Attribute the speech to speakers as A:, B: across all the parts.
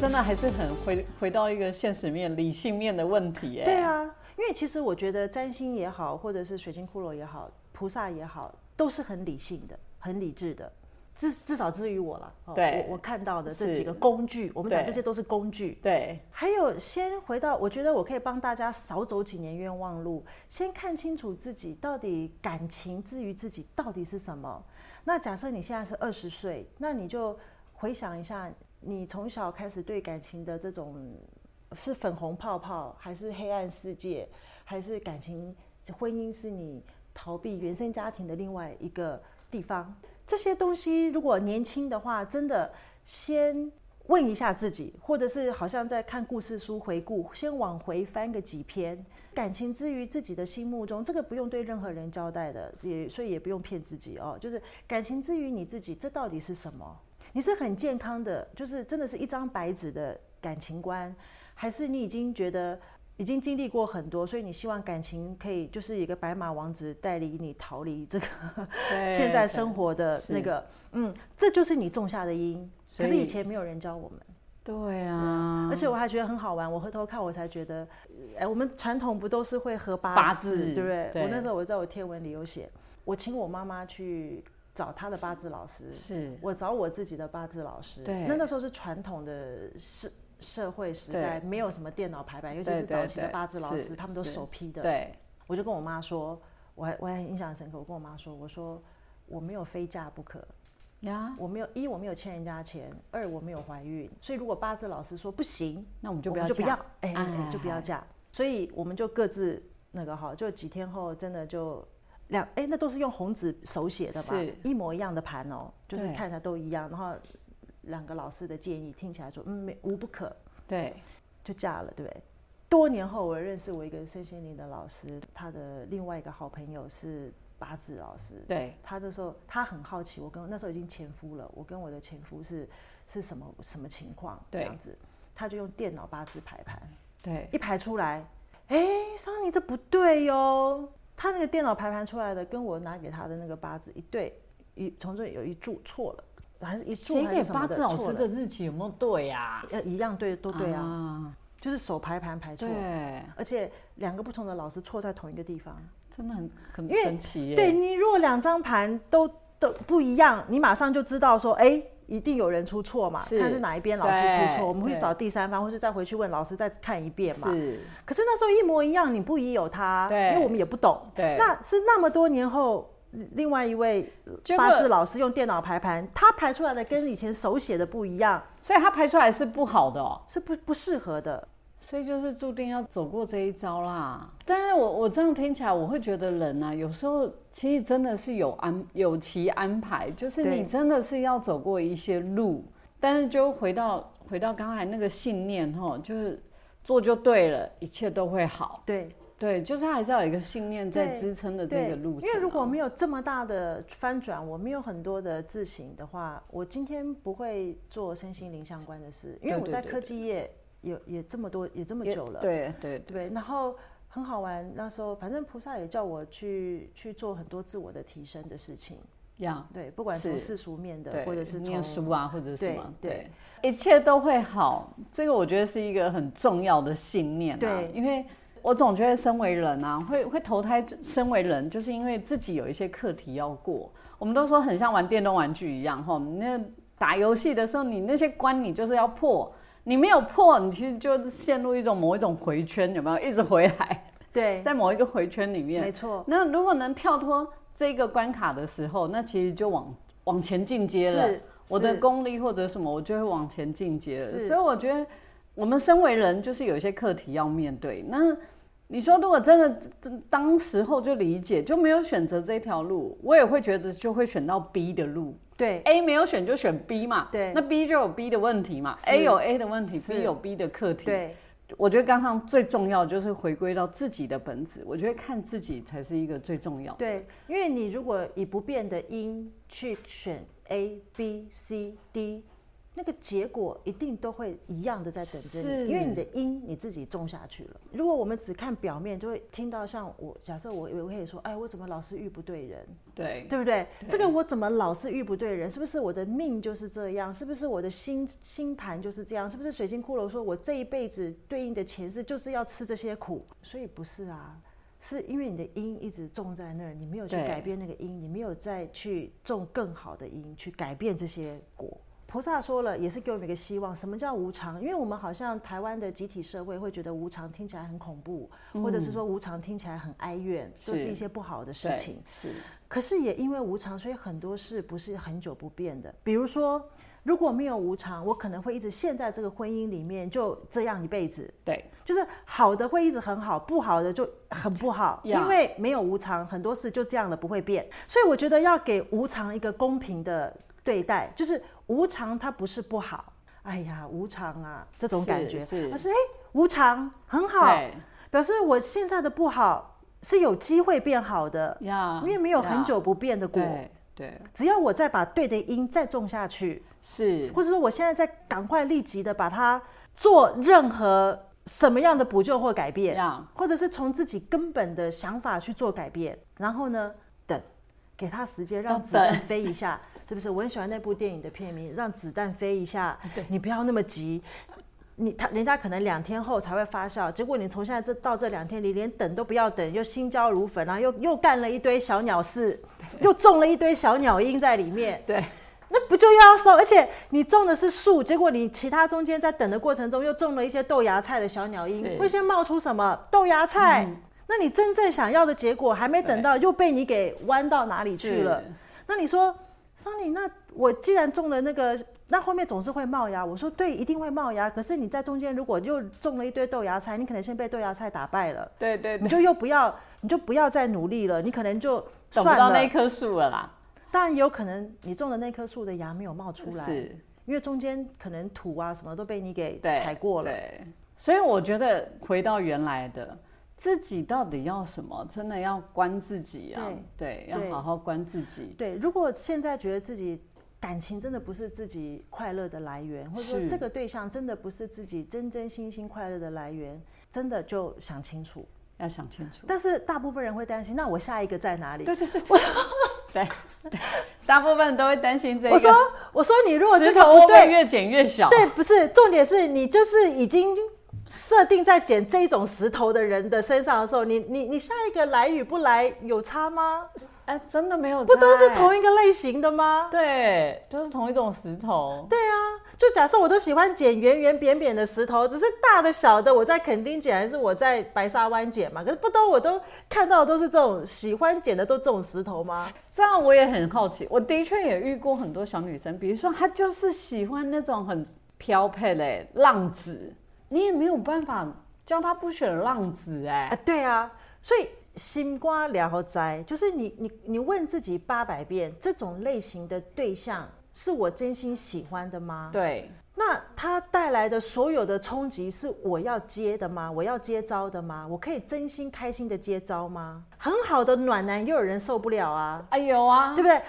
A: 真的还是很回回到一个现实面、理性面的问题耶。
B: 对啊，因为其实我觉得占星也好，或者是水晶骷髅也好，菩萨也好，都是很理性的、很理智的。至至少至于我了，哦
A: 对
B: 我我看到的这
A: 是
B: 几个工具，我们讲
A: 对
B: 这些都是工具。
A: 对
B: 还有，先回到，我觉得我可以帮大家少走几年冤枉路，先看清楚自己到底感情之于自己到底是什么。那假设你现在是二十岁，那你就回想一下，你从小开始对感情的这种呃是粉红泡泡，还是黑暗世界，还是感情婚姻是你逃避原生家庭的另外一个地方？这些东西如果年轻的话，真的先问一下自己，或者是好像在看故事书回顾，先往回翻个几篇，感情之于自己的心目中，这个不用对任何人交代的，也所以也不用骗自己哦。就是感情之于你自己，这到底是什么？你是很健康的，就是真的是一张白纸的感情观，还是你已经觉得已经经历过很多，所以你希望感情可以就是一个白马王子带领你逃离这个
A: 哎对
B: 现在生活的那个，嗯，这就是你种下的因。可
A: 所以
B: 是以前没有人教我们，
A: 对啊，
B: 而且我还觉得很好玩。我回头看，我才觉得，哎，我们传统不都是会合八字，
A: 八字
B: 对不对？
A: 对
B: 我那时候我在我贴文里有写，我请我妈妈去找她的八字老师，
A: 是
B: 我找我自己的八字老师。
A: 对
B: 那那时候是传统的社社会时代，没有什么电脑排版，尤其
A: 对
B: 是
A: 对
B: 早期的
A: 对
B: 八字老师，
A: 是
B: 他们都
A: 是
B: 手批的。
A: 对
B: 我就跟我妈说，我还我还印象很深刻，我跟我妈说，我说我没有非嫁不可，
A: 呀，
B: 我没有一我没有欠人家钱，二我没有怀孕，所以如果八字老师说不行，
A: 那我们就
B: 我
A: 不要
B: 们就不要
A: 讲，
B: 哎、
A: 哎
B: 就不要嫁，所以我们就各自那个哈，就几天后真的就。两哎，那都是用红纸手写的吧
A: 是？
B: 一模一样的盘哦，就是
A: 对
B: 看起来都一样。然后两个老师的建议听起来说，嗯，没无不可。
A: 对
B: 就嫁了，对不对？多年后，我认识我一个身心灵的老师，他的另外一个好朋友是八字老师。
A: 对
B: 他那时候他很好奇，我跟那时候已经前夫了，我跟我的前夫是是什么什么情况这
A: 对
B: 样子，他就用电脑八字排盘，
A: 对
B: 一排出来，哎，桑尼这不对哟，他那个电脑排盘出来的跟我拿给他的那个八字一对，一从中有一注错了，还是一注
A: 写
B: 还是
A: 给
B: 什么
A: 八
B: 的
A: 字老
B: 错
A: 师
B: 了
A: 的日期有没有对呀？
B: 呃一样对都对啊，
A: 啊，
B: 就是手排盘排错。
A: 对，啊
B: 而且两个不同的老师错在同一个地方。
A: 真的很很
B: 因为
A: 神奇耶。
B: 对你如果两张盘都都不一样，你马上就知道说，哎、一定有人出错嘛，
A: 是
B: 看是哪一边老师出错，
A: 对
B: 我们会
A: 对
B: 找第三方，或是再回去问老师再看一遍嘛。
A: 是，
B: 可是那时候一模一样，你不疑有他，
A: 对
B: 因为我们也不懂。
A: 对
B: 那是那么多年后。另外一位
A: 结果
B: 八字老师用电脑排盘，他排出来的跟以前手写的不一样，
A: 所以他排出来是不好的哦。
B: 是不不适合的。
A: 所以就是注定要走过这一招啦。但是我我这样听起来，我会觉得人啊，有时候其实真的是有安有其安排，就是
B: 对
A: 你真的是要走过一些路，但是就回到回到刚才那个信念吼，就是做就对了，一切都会好。
B: 对，
A: 对，就是还是要有一个信念在
B: 对
A: 支撑的
B: 对，
A: 这个路程啊、
B: 因为如果没有这么大的翻转，我没有很多的自省的话，我今天不会做身心灵相关的事，因为
A: 对
B: 我
A: 对
B: 在
A: 对
B: 科技业有也这么多也这么
A: 也
B: 久了，
A: 对对对
B: 对，然后很好玩。那时候反正菩萨也叫我去去做很多自我的提升的事情，
A: 呀，
B: 对，不管
A: 是
B: 从世俗面的，
A: 对，
B: 或者是
A: 念
B: 从
A: 书啊，或者是什么，
B: 对
A: 对，一切都会好。这个我觉得是一个很重要的信念、啊，
B: 对
A: 因为我总觉得身为人啊，会会投胎身为人，就是因为自己有一些课题要过。我们都说很像玩电动玩具一样，吼，你那打游戏的时候，你那些关你就是要破，你没有破，你其实就陷入一种某一种回圈，有没有？一直回来，
B: 对，
A: 在某一个回圈里面
B: 没，错，
A: 那如果能跳脱这个关卡的时候，那其实就往往前进阶了。
B: 是
A: 我的
B: 是
A: 功力或者什么，我就会往前进阶了。
B: 是
A: 所以我觉得，我们身为人，就是有一些课题要面对。那你说，如果真的当时候就理解，就没有选择这条路，我也会觉得就会选到 B 的路。
B: 对
A: A 没有选就选 B 嘛，
B: 对
A: 那 B 就有 B 的问题嘛
B: 是
A: ，A 有 A 的问题
B: 是
A: ，B 有 B 的课题。
B: 对
A: 我觉得刚刚最重要就是回归到自己的本质，我觉得看自己才是一个最重要的。
B: 对，因为你如果以不变的音去选 A B C D。那个结果一定都会一样的在等着
A: 是
B: 你，因为你的因你自己种下去了。如果我们只看表面，就会听到像我假设我我可以说，哎，我怎么老是遇不对人？
A: 对，
B: 对不对？这个我怎么老是遇不对人？是不是我的命就是这样？是不是我的星星盘就是这样？是不是水晶骷髅说我这一辈子对应的前世就是要吃这些苦？所以不是啊，是因为你的因一直种在那儿，你没有去
A: 对
B: 改变那个因，你没有再去种更好的因，去改变这些果。菩萨说了，也是给我们一个希望。什么叫无常？因为我们好像台湾的集体社会会觉得无常听起来很恐怖，或者是说无常听起来很哀怨，都
A: 嗯是
B: 是一些不好的事
A: 对
B: 情。
A: 是
B: 可是也因为无常，所以很多事不是很久不变的。比如说，如果没有无常，我可能会一直陷在这个婚姻里面，就这样一辈子。
A: 对，
B: 就是好的会一直很好，不好的就很不好
A: Yeah
B: 因为没有无常，很多事就这样了，不会变。所以我觉得要给无常一个公平的对待，就是无常它不是不好，哎呀，无常啊这种感觉，
A: 是是
B: 而是哎、无常很好，
A: 对
B: 表示我现在的不好是有机会变好的，
A: 呀，
B: 因为没有
A: 呀
B: 很久不变的果。
A: 啊对对
B: 只要我再把对的因再种下去，
A: 是
B: 或者说我现在再赶快立即的把它做任何什么样的补救或改变
A: 呀
B: 或者是从自己根本的想法去做改变，然后呢，等，给它时
A: 要
B: 间让
A: 等
B: 子弹飞一下，是不是？我很喜欢那部电影的片名《让子弹飞一下》，你不要那么急。你他人家可能两天后才会发酵，结果你从现在这到这两天，你连等都不要等，又心焦如焚，然后又又干了一堆小鸟事，又种了一堆小鸟因在里面，
A: 对
B: 那不就又要收？而且你种的是树，结果你其他中间在等的过程中又种了一些豆芽菜的小鸟
A: 是嗯
B: 因，会先冒出什么豆芽菜？那你真正想要的结果还没等到，又被你给弯到哪里去了？那你说，桑尼，那我既然种了那个，那后面总是会冒芽。我说对，一定会冒芽。可是你在中间如果又种了一堆豆芽菜，你可能先被豆芽菜打败了，
A: 对对对，
B: 你就又不要，你就不要再努力了，你可能就
A: 等
B: 算
A: 不到那
B: 了。
A: 棵树了啦，
B: 当然也有可能你种的那棵树的芽没有冒出来，
A: 是。
B: 因为中间可能土啊什么都被你给踩过了。
A: 对，所以我觉得回到原来的自己到底要什么，真的要关自己啊，对，
B: 对
A: 要好好关自己，
B: 对如果现在觉得自己感情真的不是自己快乐的来源，或者说
A: 是
B: 这个对象真的不是自己真真心心快乐的来源，真的就想清楚。
A: 要想清楚。
B: 但是大部分人会担心，那我下一个在哪里？
A: 对对对对，对对大部分都会担心这
B: 我说
A: 个，
B: 我说你如果这
A: 石
B: 个
A: 头会
B: 不
A: 不会
B: 对，
A: 越剪越小？
B: 对，不是重点是你就是已经设定在捡这种石头的人的身上的时候，你你你下一个来与不来有差吗？
A: 哎，真的没有，哎
B: 不都是？同一个类型的吗？
A: 对，都是同一种石头。
B: 对啊，就假设我都喜欢捡圆圆扁扁的石头，只是大的小的，我在垦丁捡还是我在白沙湾捡嘛？可是不都我都看到的都是这种喜欢捡的都这种石头吗？
A: 这样我也很好奇，我的确也遇过很多小女生，比如说她就是喜欢那种很飘配的浪子，你也没有办法叫她不选浪子哎、
B: 啊，对啊，所以心瓜聊斋就是你你你问自己八百遍，这种类型的对象是我真心喜欢的吗？
A: 对，
B: 那它带来的所有的冲击是我要接的吗？我要接招的吗？我可以真心开心的接招吗？很好的暖男也有人受不了啊，
A: 啊有啊
B: 对，不对？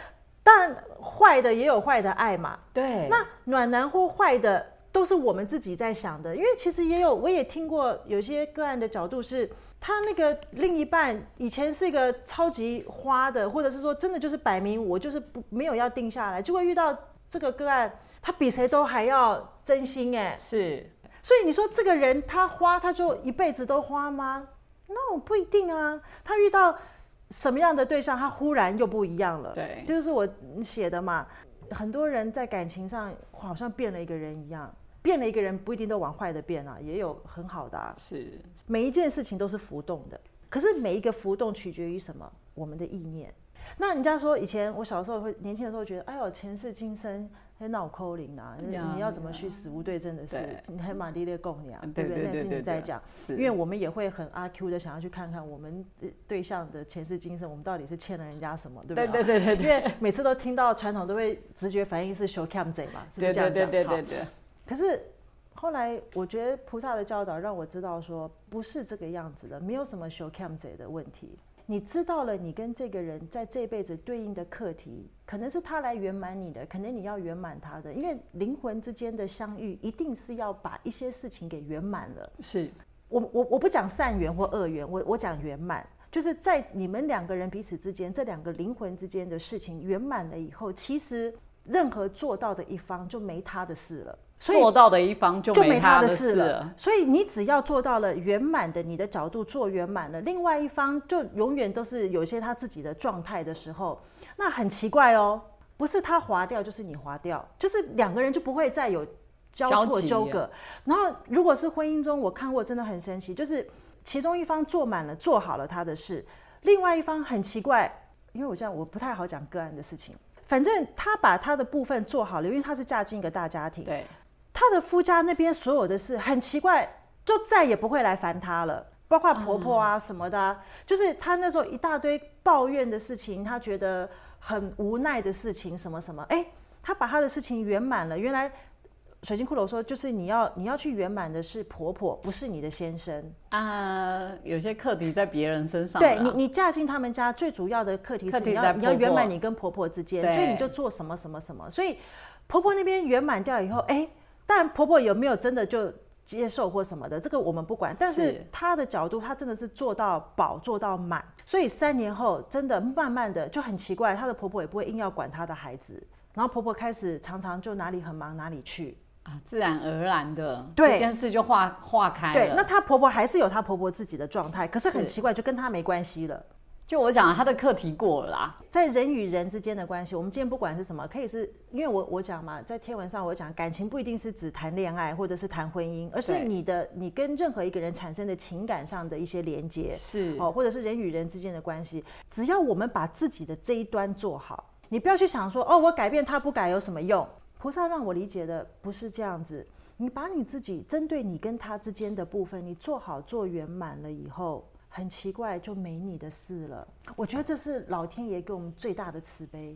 B: 但坏的也有坏的爱嘛。
A: 对，
B: 那暖男或坏的都是我们自己在想的，因为其实也有我也听过有些个案的角度是。他那个另一半以前是一个超级花的，或者是说真的就是摆明我就是不没有要定下来，结果遇到这个个案，他比谁都还要真心哎，
A: 是
B: 所以你说这个人他花，他就一辈子都花吗？No，不一定啊。他遇到什么样的对象，他忽然又不一样了。
A: 对
B: 这就是我写的嘛。很多人在感情上好像变了一个人一样，变了一个人不一定都往坏的变啊，也有很好的啊。
A: 是
B: 每一件事情都是浮动的，可是每一个浮动取决于什么？我们的意念。那人家说，以前我小时候会年轻的时候觉得，哎呦，前世今生很脑抠灵啊，
A: 呀
B: 你要怎么去死无对证的事
A: 对，
B: 你还马丽列供你啊，
A: 对
B: 不
A: 对
B: 对？那
A: 对对
B: 是你
A: 对
B: 在讲，
A: 是
B: 因为我们也会很阿 Q 的想要去看看我们呃对象的前世今生，我们到底是欠了人家什么，对不
A: 对
B: 对？
A: 对对对
B: 因为每次都听到传统都会直觉反应是 show cam 贼嘛，是不
A: 对对
B: 是这样
A: 对
B: 讲？
A: 对
B: 好
A: 对对，
B: 可是后来，我觉得菩萨的教导让我知道说，不是这个样子的，没有什么 show cam 贼的问题。你知道了，你跟这个人在这辈子对应的课题，可能是他来圆满你的，可能你要圆满他的，因为灵魂之间的相遇，一定是要把一些事情给圆满了。
A: 是
B: 我我我不讲善缘或恶缘，我我讲圆满，就是在你们两个人彼此之间，这两个灵魂之间的事情圆满了以后，其实任何做到的一方就没他的事了。所以
A: 做到的一方就
B: 就没
A: 他
B: 他的
A: 事
B: 事了。所以你只要做到了圆满的，你的角度做圆满了，另外一方就永远都是有一些他自己的状态的时候，那很奇怪哦，不是他划掉就是你划掉，就是两个人就不会再有交
A: 交
B: 错
A: 集
B: 纠葛。然后如果是婚姻中，我看过真的很神奇，就是其中一方做满了做好了他的事，另外一方很奇怪，因为我这样我不太好讲个案的事情。反正他把他的部分做好了，因为他是嫁进一个大家庭，
A: 对，
B: 她的夫家那边所有的事很奇怪，就再也不会来烦她了，包括婆婆啊什么的啊、就是她那时候一大堆抱怨的事情，她觉得很无奈的事情，什么什么，哎，她把她的事情圆满了。原来水晶骷髅说，就是你要你要去圆满的是婆婆，不是你的先生。
A: 啊，有些课题在别人身上啦，
B: 对你，你嫁进他们家最主要的课题
A: 课
B: 是
A: 题
B: 你
A: 在
B: 要你
A: 婆
B: 要圆满
A: 婆
B: 你跟婆婆之间，
A: 对
B: 所以你就做什么什么什么。所以婆婆那边圆满掉以后，哎，但婆婆有没有真的就接受或什么的，这个我们不管。但
A: 是
B: 是她的角度，她真的是做到饱，做到满。所以三年后，真的慢慢的就很奇怪，她的婆婆也不会硬要管她的孩子。然后婆婆开始常常就哪里很忙哪里去，
A: 啊，自然而然的，
B: 对
A: 这件事就化化开
B: 对
A: 了。，
B: 那她婆婆还是有她婆婆自己的状态，可是很
A: 是
B: 奇怪，就跟她没关系了。
A: 就我讲，他的课题过了啦，
B: 在人与人之间的关系，我们今天不管是什么，可以是因为我我讲嘛，在贴文上我讲感情不一定是只谈恋爱或者是谈婚姻，而是
A: 对
B: 你的你跟任何一个人产生的情感上的一些连接，
A: 是
B: 哦，或者是人与人之间的关系，只要我们把自己的这一端做好，你不要去想说哦，我改变他不改有什么用？菩萨让我理解的不是这样子，你把你自己针对你跟他之间的部分，你做好做圆满了以后，很奇怪就没你的事了。我觉得这是老天爷给我们最大的慈悲，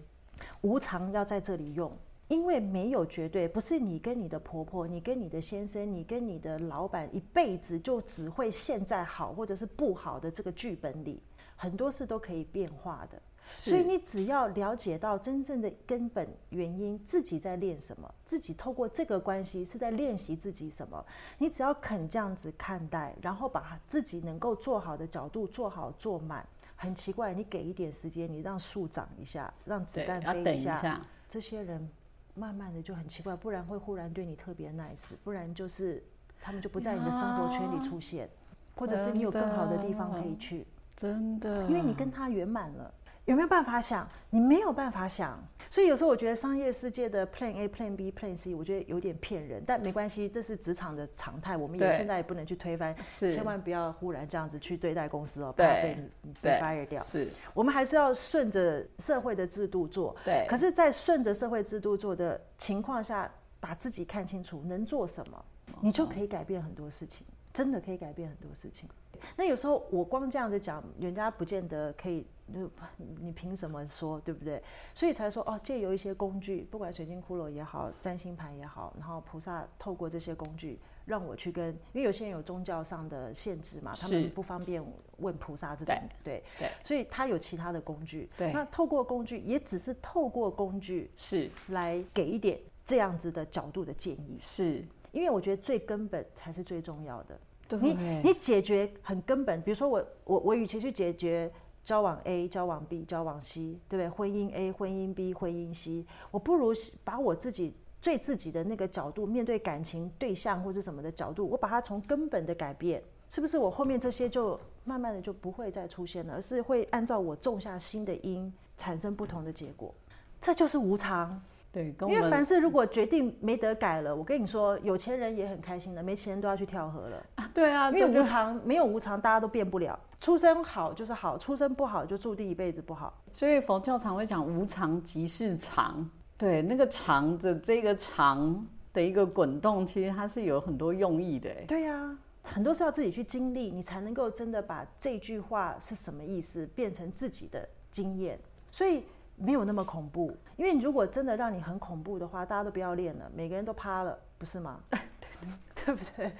B: 无常要在这里用。因为没有绝对，不是你跟你的婆婆、你跟你的先生、你跟你的老板一辈子就只会现在好或者是不好的这个剧本里，很多事都可以变化的。
A: 是
B: 所以你只要了解到真正的根本原因，自己在练什么，自己透过这个关系是在练习自己什么。你只要肯这样子看待，然后把自己能够做好的角度做好做满。很奇怪，你给一点时间，你让树长一下，让子
A: 对
B: 弹，
A: 要
B: 飞
A: 等一下，
B: 这些人慢慢的就很奇怪，不然会忽然对你特别 nice，不然就是他们就不在你的生活圈里出
A: 啊
B: 现，或者是你有更好的地方可以去，
A: 真的，
B: 因为你跟他圆满了。有没有办法想？你没有办法想，所以有时候我觉得商业世界的 Plan A、Plan B、Plan C，我觉得有点骗人，但没关系，这是职场的常态，我们也
A: 对
B: 现在也不能去推翻，
A: 是
B: 千万不要忽然这样子去对待公司哦，怕
A: 对
B: 被你被
A: 对
B: fire 掉。
A: 是
B: 我们还是要顺着社会的制度做。
A: 对
B: 可是，在顺着社会制度做的情况下，把自己看清楚，能做什么，
A: 哦
B: 你就可以改变很多事情，真的可以改变很多事情。那有时候我光这样子讲，人家不见得可以，就你凭什么说，对不对？所以才说哦，借由一些工具，不管水晶骷髅也好，占星盘也好，然后菩萨透过这些工具，让我去跟，因为有些人有宗教上的限制嘛，他
A: 是
B: 们不方便问菩萨这种，对
A: 对，
B: 所以他有其他的工具，
A: 对
B: 那透过工具也只是透过工具
A: 是
B: 来给一点这样子的角度的建议，
A: 是，
B: 因为我觉得最根本才是最重要的。
A: 对
B: 你你解决很根本，比如说我我我与其去解决交往 A、交往 B、交往 C，对不对？婚姻 A、婚姻 B、婚姻 C，我不如是把我自己最自己的那个角度，面对感情对象或是什么的角度，我把它从根本的改变，是不是我后面这些就慢慢的就不会再出现了，而是会按照我种下新的因，产生不同的结果。这就是无常，
A: 对，跟
B: 因
A: 我
B: 为
A: 们
B: 凡事如果决定没得改了，我跟你说，有钱人也很开心的，没钱人都要去跳河了。
A: 啊 对啊，
B: 因为
A: 这就
B: 无常没有无常，大家都变不了。出生好就是好，出生不好就注定一辈子不好。
A: 所以佛教常会讲无常即是常，对，那个常的这个常的一个滚动，其实它是有很多用意的，
B: 对呀、很多是要自己去经历，你才能够真的把这句话是什么意思变成自己的经验，所以没有那么恐怖。因为如果真的让你很恐怖的话，大家都不要练了，每个人都趴了，不是吗？对不对？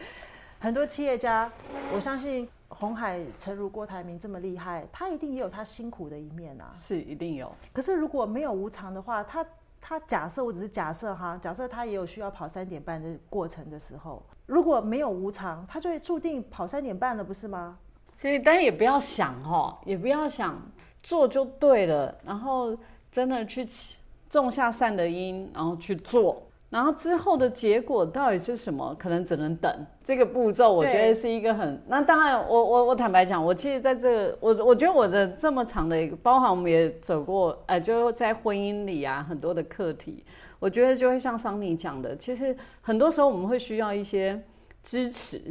B: 很多企业家，我相信红海、诚如郭台铭这么厉害，他一定也有他辛苦的一面啊。
A: 是一定有，
B: 可是如果没有无偿的话，他他假设我只是假设哈，假设他也有需要跑三点半的过程的时候，如果没有无偿，他就会注定跑三点半了，不是吗？
A: 所以但也不要想哈，也不要想做就对了，然后真的去起种下善的因，然后去做。然后之后的结果到底是什么？可能只能等这个步骤，我觉
B: 对
A: 得是一个很……那当然我，我我坦白讲，我其实在这个我我觉得我的这么长的一个，包含我们也走过，呃，就在婚姻里啊很多的课题，我觉得就会像桑尼讲的，其实很多时候我们会需要一些支持，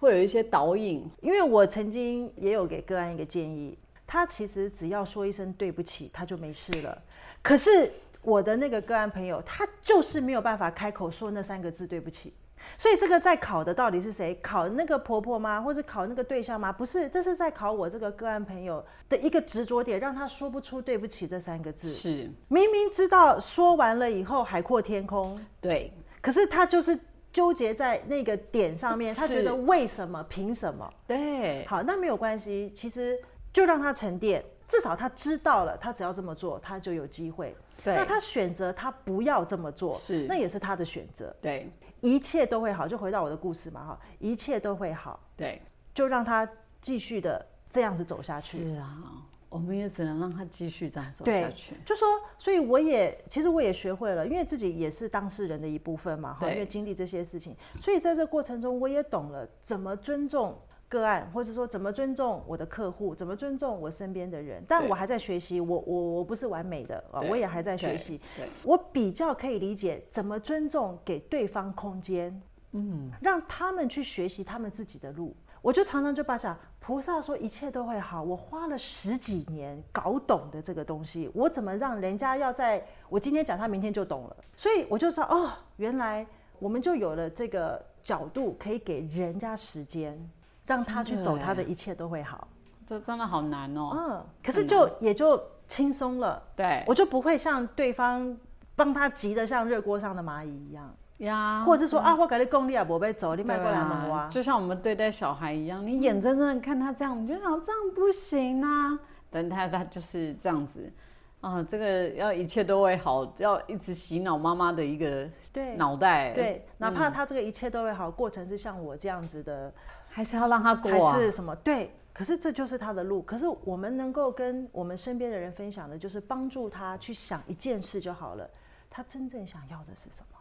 A: 会有一些导引，
B: 因为我曾经也有给个案一个建议，他其实只要说一声对不起，他就没事了。可是我的那个个案朋友，他就是没有办法开口说那三个字对不起。所以这个在考的到底是谁？考那个婆婆吗？或是考那个对象吗？不是，这是在考我这个个案朋友的一个执着点，让他说不出对不起这三个字。
A: 是
B: 明明知道说完了以后海阔天空，
A: 对，
B: 可是他就是纠结在那个点上面，他觉得
A: 是
B: 为什么？凭什么？
A: 对，
B: 好，那没有关系，其实就让他沉淀，至少他知道了，他只要这么做，他就有机会。
A: 对
B: 那他选择他不要这么做，
A: 是
B: 那也是他的选择，
A: 对，
B: 一切都会好。就回到我的故事嘛，哈，一切都会好，
A: 对，
B: 就让他继续的这样子走下去。
A: 是啊，我们也只能让它继续这样走
B: 对
A: 下去。
B: 就说，所以我也其实我也学会了，因为自己也是当事人的一部分嘛，哈，
A: 对
B: 因为经历这些事情，所以在这过程中我也懂了怎么尊重个案，或者说怎么尊重我的客户，怎么尊重我身边的人。但
A: 对
B: 我还在学习，我我我不是完美的啊，
A: 对
B: 我也还在学习，
A: 对，
B: 我比较可以理解怎么尊重给对方空间，嗯，让他们去学习他们自己的路。我就常常就把讲菩萨说一切都会好，我花了十几年搞懂的这个东西，我怎么让人家要在我今天讲他明天就懂了？所以我就知道哦，原来我们就有了这个角度，可以给人家时间，让他去
A: 真的
B: 走他
A: 耶
B: 的一切都会好。
A: 这真的好难哦。
B: 嗯，可是就也就轻松了。
A: 对
B: 我就不会像对方帮他急得像热锅上的蚂蚁一样，
A: 呀，
B: 或者是说啊，我给你功力啊，我被走，你
A: 对
B: 迈过来嘛，
A: 啊
B: 哇，，
A: 就像我们对待小孩一样，你眼睁睁的看他这样，你就想这样不行啊。但他他就是这样子啊，这个要一切都会好，要一直洗脑妈妈的一个
B: 对
A: 脑袋，，
B: 对，哪怕他这个一切都会好，过程是像我这样子的，
A: 还是要让他过啊
B: 还。是什么？对，可是这就是他的路。可是我们能够跟我们身边的人分享的，就是帮助他去想一件事就好了，他真正想要的是什么？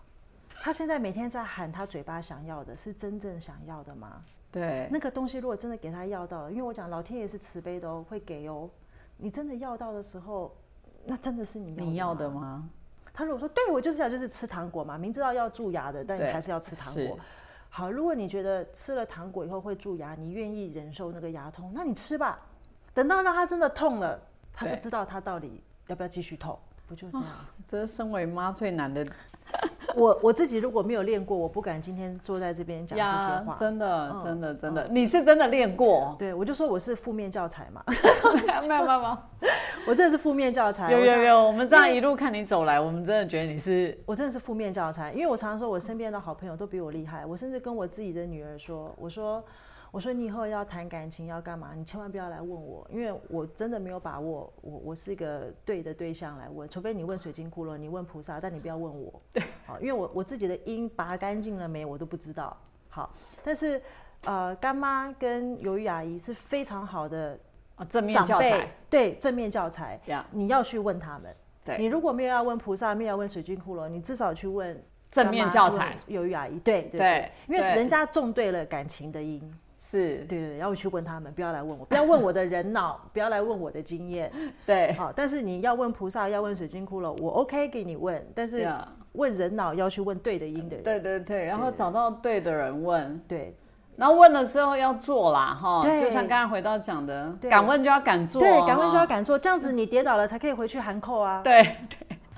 B: 他现在每天在喊他嘴巴想要的，是真正想要的吗？
A: 对，
B: 那个东西如果真的给他要到了，因为我讲老天爷是慈悲的哦，会给哦。你真的要到的时候，那真的是你要
A: 你要
B: 的
A: 的
B: 吗。
A: 吗？
B: 他如果说对我就是想就是吃糖果嘛，明知道要蛀牙的，但你
A: 对
B: 还是要吃糖果
A: 是。
B: 好，如果你觉得吃了糖果以后会蛀牙，你愿意忍受那个牙痛，那你吃吧。等到让他真的痛了，他就
A: 对啊
B: 知道他到底要不要继续痛，不就这样子？
A: 这是身为妈最难的
B: 我我自己如果没有练过，我不敢今天坐在这边讲这些话。
A: 真的
B: 嗯，，
A: 真的，真的，你是真的练过
B: 对，我就说我是负面教材嘛，
A: 没有没有没
B: 我真的是负面教材。
A: 有，有
B: 我常
A: 有有，我们这样一路看你走来，我们真的觉得你是
B: 我真的是负面教材，因为我常常说我身边的好朋友都比我厉害，我甚至跟我自己的女儿说，我说我说你以后要谈感情要干嘛，你千万不要来问我，因为我真的没有把握，我我是一个对的对象来问，除非你问水晶骷髅，你问菩萨，但你不要问我，对，好，因为我我自己的音拔干净了没，我都不知道，好，但是呃，干妈跟鱿鱼阿姨是非常好的
A: 啊正面
B: 长
A: 教
B: 辈
A: 材，，
B: 对正面教材，
A: 呀，
B: 你要去问他们。
A: 对
B: 你如果没有要问菩萨，没有要问水晶骷髅，你至少去问
A: 正面教材，
B: 有阿姨，对对
A: 对
B: 因为
A: 对
B: 人家种对了感情的因，
A: 是
B: 对，对对，要去问他们，不要来问我，不要问我的 人脑，不要来问我的经验，
A: 对，
B: 好，但是你要问菩萨，要问水晶骷髅，我 OK 给你问，但是
A: 呀
B: 问人脑要去问对的因的人，
A: 对对对，然后找到对的人问，
B: 对
A: 然后问了之后要做啦，哈，
B: 对
A: 就像刚才回到讲的，
B: 对
A: 敢问就要敢做，
B: 对，敢问就要
A: 哈，
B: 敢做，这样子你跌倒了才可以回去喊扣啊，
A: 对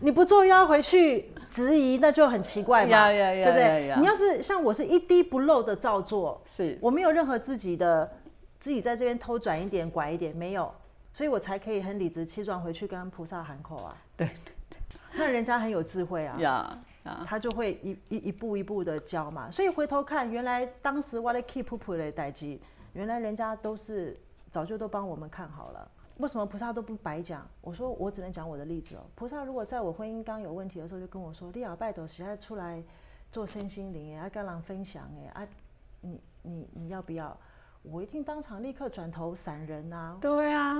B: 你不做又要回去质疑，那就很奇怪嘛，
A: 呀呀呀
B: 对不
A: 呀
B: 对？
A: 呀
B: 你要是像我是一滴不漏的照做，
A: 是，
B: 我没有任何自己的自己在这边偷转一点、拐一点，没有，所以我才可以很理直气壮回去跟菩萨喊口啊。
A: 对
B: 那人家很有智慧啊，
A: 呀，
B: 他就会一一一步一步的教嘛。所以回头看，原来当时我的 keep up 的代际，原来人家都是早就都帮我们看好了。为什么菩萨都不白讲？我说我只能讲我的例子哦。菩萨如果在我婚姻刚有问题的时候，就跟我说：“利亚拜斗实在出来做身心灵耶，啊跟人分享哎，啊你你你要不要？”我一定当场立刻转头闪人啊！
A: 对啊，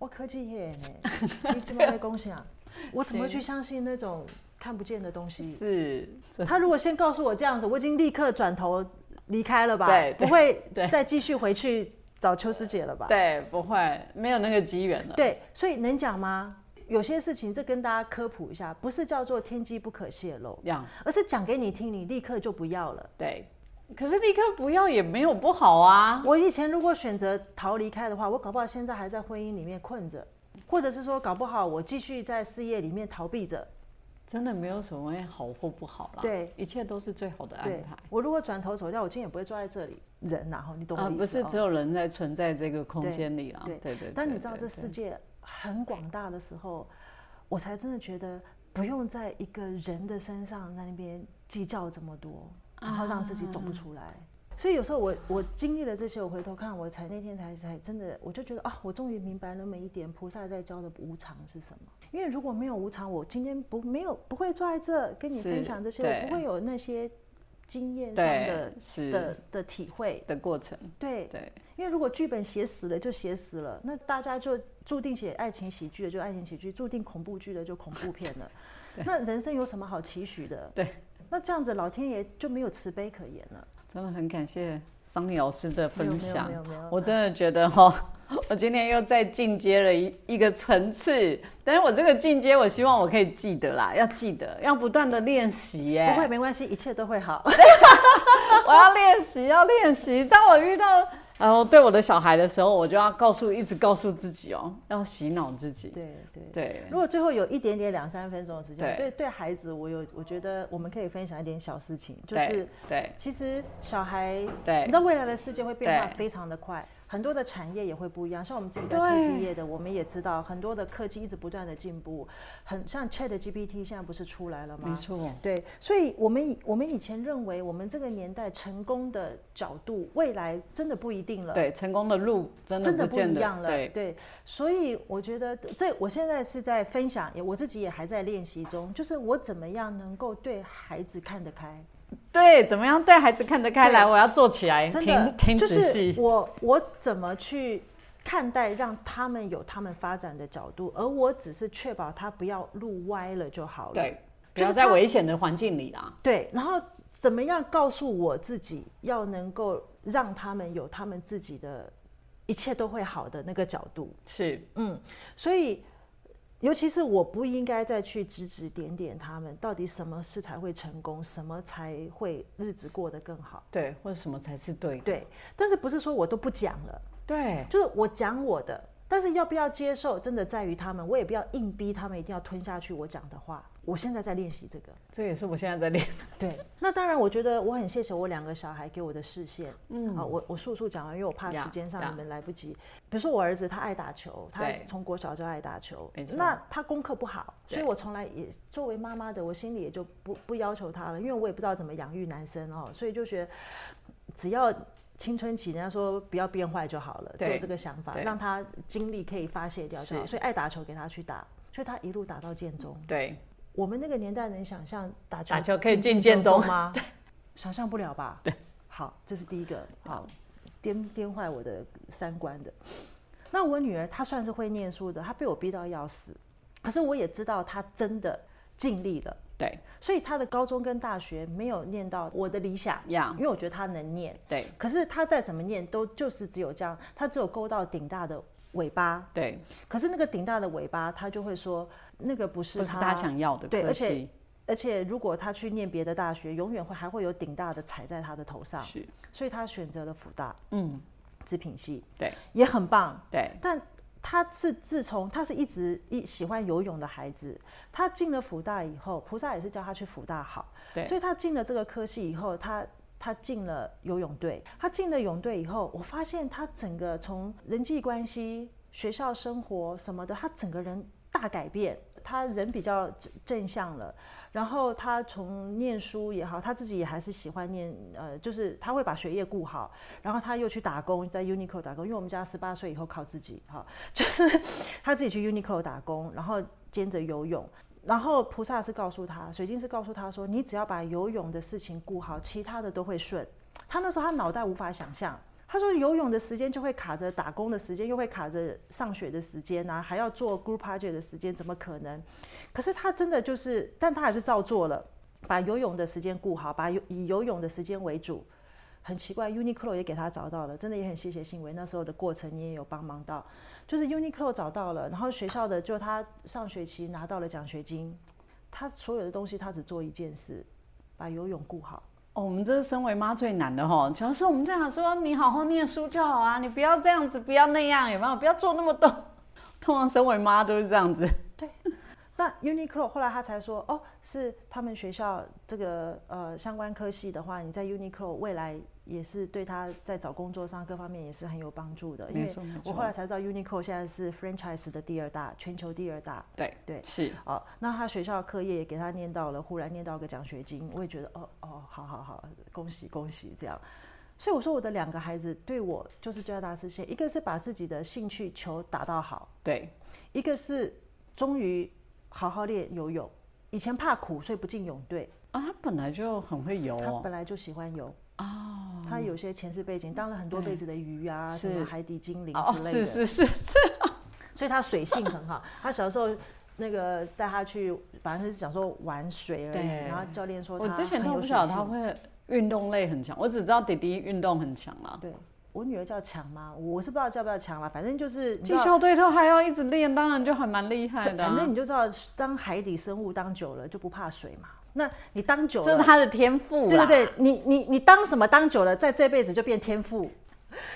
B: 我科技业呢，你怎么来恭喜啊？我怎么会去相信那种看不见的
A: 嗯
B: 东西？
A: 是，
B: 他如果先告诉我这样子，我已经立刻转头离开了吧？
A: 对对
B: 不会
A: 对
B: 再继续回去找邱师姐了吧？
A: 对，不会，没有那个机缘了。
B: 对，所以能讲吗？有些事情，这跟大家科普一下，不是叫做天机不可泄露，
A: 这样，
B: 而是讲给你听，你立刻就不要了。
A: 对。可是立刻不要也没有不好啊。
B: 我以前如果选择逃离开的话，我搞不好现在还在婚姻里面困着，或者是说搞不好我继续在事业里面逃避着。
A: 真的没有什么好或不好啦，
B: 对，
A: 一切都是最好的安
B: 对
A: 排。，
B: 我如果转头走掉，我今天也不会坐在这里。人然、啊、后你懂我
A: 啊，
B: 的意
A: 不
B: 思、
A: 是
B: 哦
A: 只有人在存在这个空间里啊，
B: 对
A: 对对对。
B: 当你知道这
A: 对
B: 世界很广大的时候，我才真的觉得不用在一个人的身上在那边计较这么多，然后让自己
A: 啊
B: 走不出来。所以有时候我我经历了这些，我回头看，我才那天才才真的，我就觉得啊，我终于明白那么一点，菩萨在教的无常是什么。因为如果没有无常，我今天不没有不会坐在这跟你
A: 是
B: 分享这些，
A: 对
B: 我不会有那些经验上
A: 对
B: 的
A: 是
B: 的的体会。
A: 的过程，
B: 对，
A: 对
B: 因为如果剧本写死了就写死了，那大家就注定写爱情喜剧的就爱情喜剧，注定恐怖剧的就恐怖片了。那人生有什么好期许的？
A: 对，
B: 那这样子老天爷就没有慈悲可言了。
A: 真的很感谢桑尼老师的分享
B: 没有没有没有没有，
A: 我真的觉得哈、 我今天又再进阶了一一个层次，但是我这个进阶，我希望我可以记得啦，要记得，要不断的练习耶、
B: 不会，没关系，一切都会好。
A: 我要练习，要练习。当我遇到然后对我的小孩的时候，我就要告诉，一直告诉自己哦，要洗脑自己。
B: 对对。
A: 对，
B: 如果最后有一点点两三分钟的时间，对
A: 对
B: 对孩子，我有我觉得我们可以分享一点小事情，就
A: 对
B: 是
A: 对
B: 其实小孩，
A: 对
B: 你知道未来的世界会变化
A: 哎对
B: 非常的快，很多的产业也会不一样。像我们自己在
A: 对
B: 科技业的，我们也知道很多的科技一直不断的进步，很像 Chat GPT 现在不是出来了吗？
A: 没错，
B: 对，所以我们以我们以前认为我们这个年代成功的角度，未来真的不一定了。
A: 对，成功的路真
B: 真
A: 的
B: 的
A: 不
B: 不
A: 见
B: 一
A: 得
B: 样了，
A: 对
B: 所以我觉得这我现在是在分享，也我自己也还在练习中，就是我怎么样能够对孩子看得开，
A: 对，怎么样对孩子看得开
B: 对
A: 来？我要做起来，
B: 真
A: 听听
B: 就
A: 仔
B: 是
A: 细。
B: 我我怎么去看待，让他们有他们发展的角度，而我只是确保他不要路歪了就好了。
A: 对，不
B: 就是
A: 要在
B: 他
A: 危险的环境里啦。
B: 对然后怎么样告诉我自己，要能够让他们有他们自己的一切都会好的那个角度。嗯
A: 是，
B: 所以，尤其是我不应该再去指指点点他们，到底什么事才会成功，什么才会日子过得更好。
A: 对，或者什么才是对？
B: 对，但是不是说我都不讲了。
A: 对，
B: 就是我讲我的，但是要不要接受，真的在于他们。我也不要硬逼他们一定要吞下去我讲的话。我现在在练习这个。
A: 这也是我现在在练。
B: 对，那当然，我觉得我很谢谢我两个小孩给我的视线。嗯，啊，我我速速讲完，因为我怕
A: 呀
B: 时间上
A: 呀
B: 你们来不及。比如说我儿子他爱打球，他
A: 对
B: 从国小就爱打球
A: 没，错
B: 那他功课不好，所以
A: 对
B: 我从来也作为妈妈的，我心里也就不不要求他了，因为我也不知道怎么养育男生哦，所以就觉得只要。青春期，人家说不要变坏就好了，只
A: 对
B: 有这个想法，
A: 对
B: 让他精力可以发泄掉就好。
A: 是
B: 所以爱打球给他去打，所以他一路打到建中。
A: 对，
B: 我们那个年代能想象打球
A: 打球可以进
B: 建
A: 建中
B: 吗？想象不 了吧？对，好，这是第一个，好，颠颠坏我的呃三观的。那我女儿她算是会念书的，她被我逼到要死，可是我也知道她真的尽力了，
A: 对，
B: 所以她的高中跟大学没有念到我的理想，
A: 呀
B: 因为我觉得她能念，
A: 对，
B: 可是她再怎么念都就是只有这样，她只有勾到顶大的尾巴，
A: 对，
B: 可是那个顶大的尾巴，她就会说那个不是
A: 不是他想要的，
B: 对
A: 可
B: 而且
A: 惜
B: 而且如果他去念别的大学，永远会还会有顶大的踩在他的头上，
A: 是，
B: 所以他选择了辅大
A: 嗯，
B: 织品系，
A: 对，
B: 也很棒。
A: 对，
B: 但他是自从他是一直一喜欢游泳的孩子，他进了辅大以后，菩萨也是教他去辅大好，
A: 对
B: 所以他进了这个科系以后，他。他进了游泳队，他进了泳队以后，我发现他整个从人际关系、学校生活什么的，他整个人大改变。他人比较正正向了，然后他从念书也好，他自己也还是喜欢念，呃，就是他会把学业顾好，然后他又去打工，在 Uniqlo 打工，因为我们家十八岁以后靠自己哈， 就是他自己去 Uniqlo 打工，然后兼着游泳。然后菩萨是告诉他，水晶是告诉他说，你只要把游泳的事情顾好，其他的都会顺。他那时候他脑袋无法想象，他说游泳的时间就会卡着打工的时间，又会卡着上学的时间啊，还要做 group project 的时间，怎么可能？可是他真的就是，但他还是照做了，把游泳的时间顾好，把游以游泳的时间为主。很奇怪，Uniqlo 也给他找到了，真的也很谢谢信维那时候的过程，你也有帮忙到。就是 Uniqlo 找到了，然后学校的就他上学期拿到了奖学金，他所有的东西他只做一件事，把游泳顾好。
A: 哦，我们这是身为妈最难的哈，主要是我们这样说，你好好念书就好啊，你不要这样子，不要那样，有没有？不要做那么多。 通常身为妈都是这样子。
B: 那 Uniqlo 后来他才说，哦，是他们学校这个呃相关科系的话，你在 Uniqlo 未来也是对他在找工作上各方面也是很有帮助呃的。因
A: 没
B: 为
A: 错没
B: 我
A: 错
B: 后来才知道 Uniqlo 现在是 franchise 的第二大，全球第二大。
A: 对
B: 对
A: 是，
B: 哦，那他学校的课业也给他念到了，忽然念到个奖学金，我也觉得哦哦，好好好，恭喜恭喜这样。所以我说我的两个孩子对我就是最大的实现，一个是把自己的兴趣球打到好，
A: 对
B: 一个是终于好好练游泳。以前怕苦，所以不进泳队。
A: 啊，他本来就很会游
B: 他
A: 哦。啊
B: 本来就喜欢游哦，他有些前世背景，当了很多辈子的鱼啊，什
A: 是
B: 么海底精灵
A: 哦，
B: 之类的。
A: 是是是是，
B: 所以他水性很好。 他小时候那个带他去，反正是想说玩水而已。
A: 对
B: 然后教练说他
A: 我之前
B: 很
A: 都
B: 有
A: 不
B: 水
A: 晓得
B: 性
A: 他会运动类很强，我只知道弟弟运动很强啦。
B: 对我女儿叫强吗？我是不知道叫不叫强啦，反正就是你知
A: 技
B: 道
A: 校队都还要一直练，当然就还蛮厉害的啊、
B: 反正你就知道，当海底生物当久了就不怕水嘛。那你当久了，
A: 这是他的天赋
B: 对
A: 啦。
B: 对对，你你你当什么当久了，在这辈子就变天赋，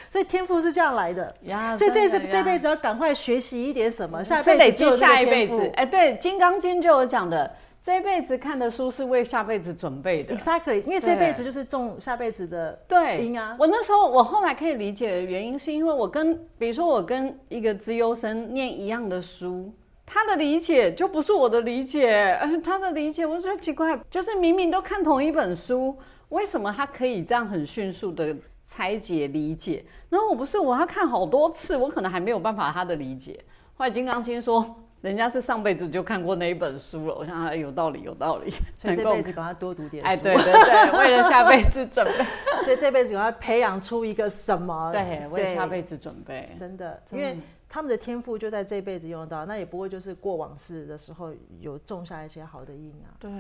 B: 所以天赋是这样来的。
A: 呀，
B: 所以这
A: 真
B: 这
A: 的呀
B: 这辈子要赶快学习一点什么，下
A: 是
B: 辈
A: 累
B: 子就有
A: 积
B: 这个
A: 下一辈
B: 天
A: 子
B: 赋。。
A: 哎、对，《金刚经》就有讲的，这辈子看的书是为下辈子准备的。
B: Exactly，因为这辈子
A: 对
B: 就是种下辈子的
A: 对，
B: 因啊
A: 我那时候我后来可以理解的原因，是因为我跟比如说我跟一个资优生念一样的书，他的理解就不是我的理解，呃、他的理解我就觉得奇怪，就是明明都看同一本书，为什么他可以这样很迅速的拆解理解？然后我不是我要看好多次，我可能还没有办法他的理解。后来《金刚经》说。人家是上辈子就看过那一本书了，我想、哎、有道理，有道理。
B: 所以
A: 难
B: 这
A: 怪
B: 辈
A: 我
B: 子赶快多读点书，
A: 哎，对对对，为了下辈子准备。
B: 所以这辈子赶快培养出一个什么？
A: 对，为下辈子准备。
B: 真的，
A: 真
B: 因
A: 的
B: 为他们的天赋就在这辈子用到，那也不过就是过往世的时候有种下一些好的因啊。
A: 对，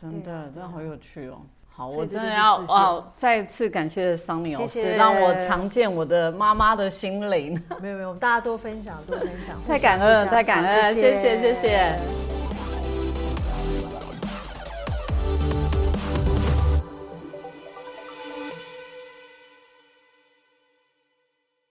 A: 真
B: 对啊
A: 的，真的好有趣哦。好，
B: 所以
A: 我
B: 这
A: 真
B: 就
A: 的
B: 是
A: 要
B: 视线
A: 哇，再次感谢桑尼老
B: 谢
A: 师，
B: 谢
A: 让我尝见我的妈妈的心灵。
B: 没有没有，我们大家多分享，多分享，
A: 太感恩了
B: 互相
A: 太感恩了
B: 谢
A: 谢谢谢谢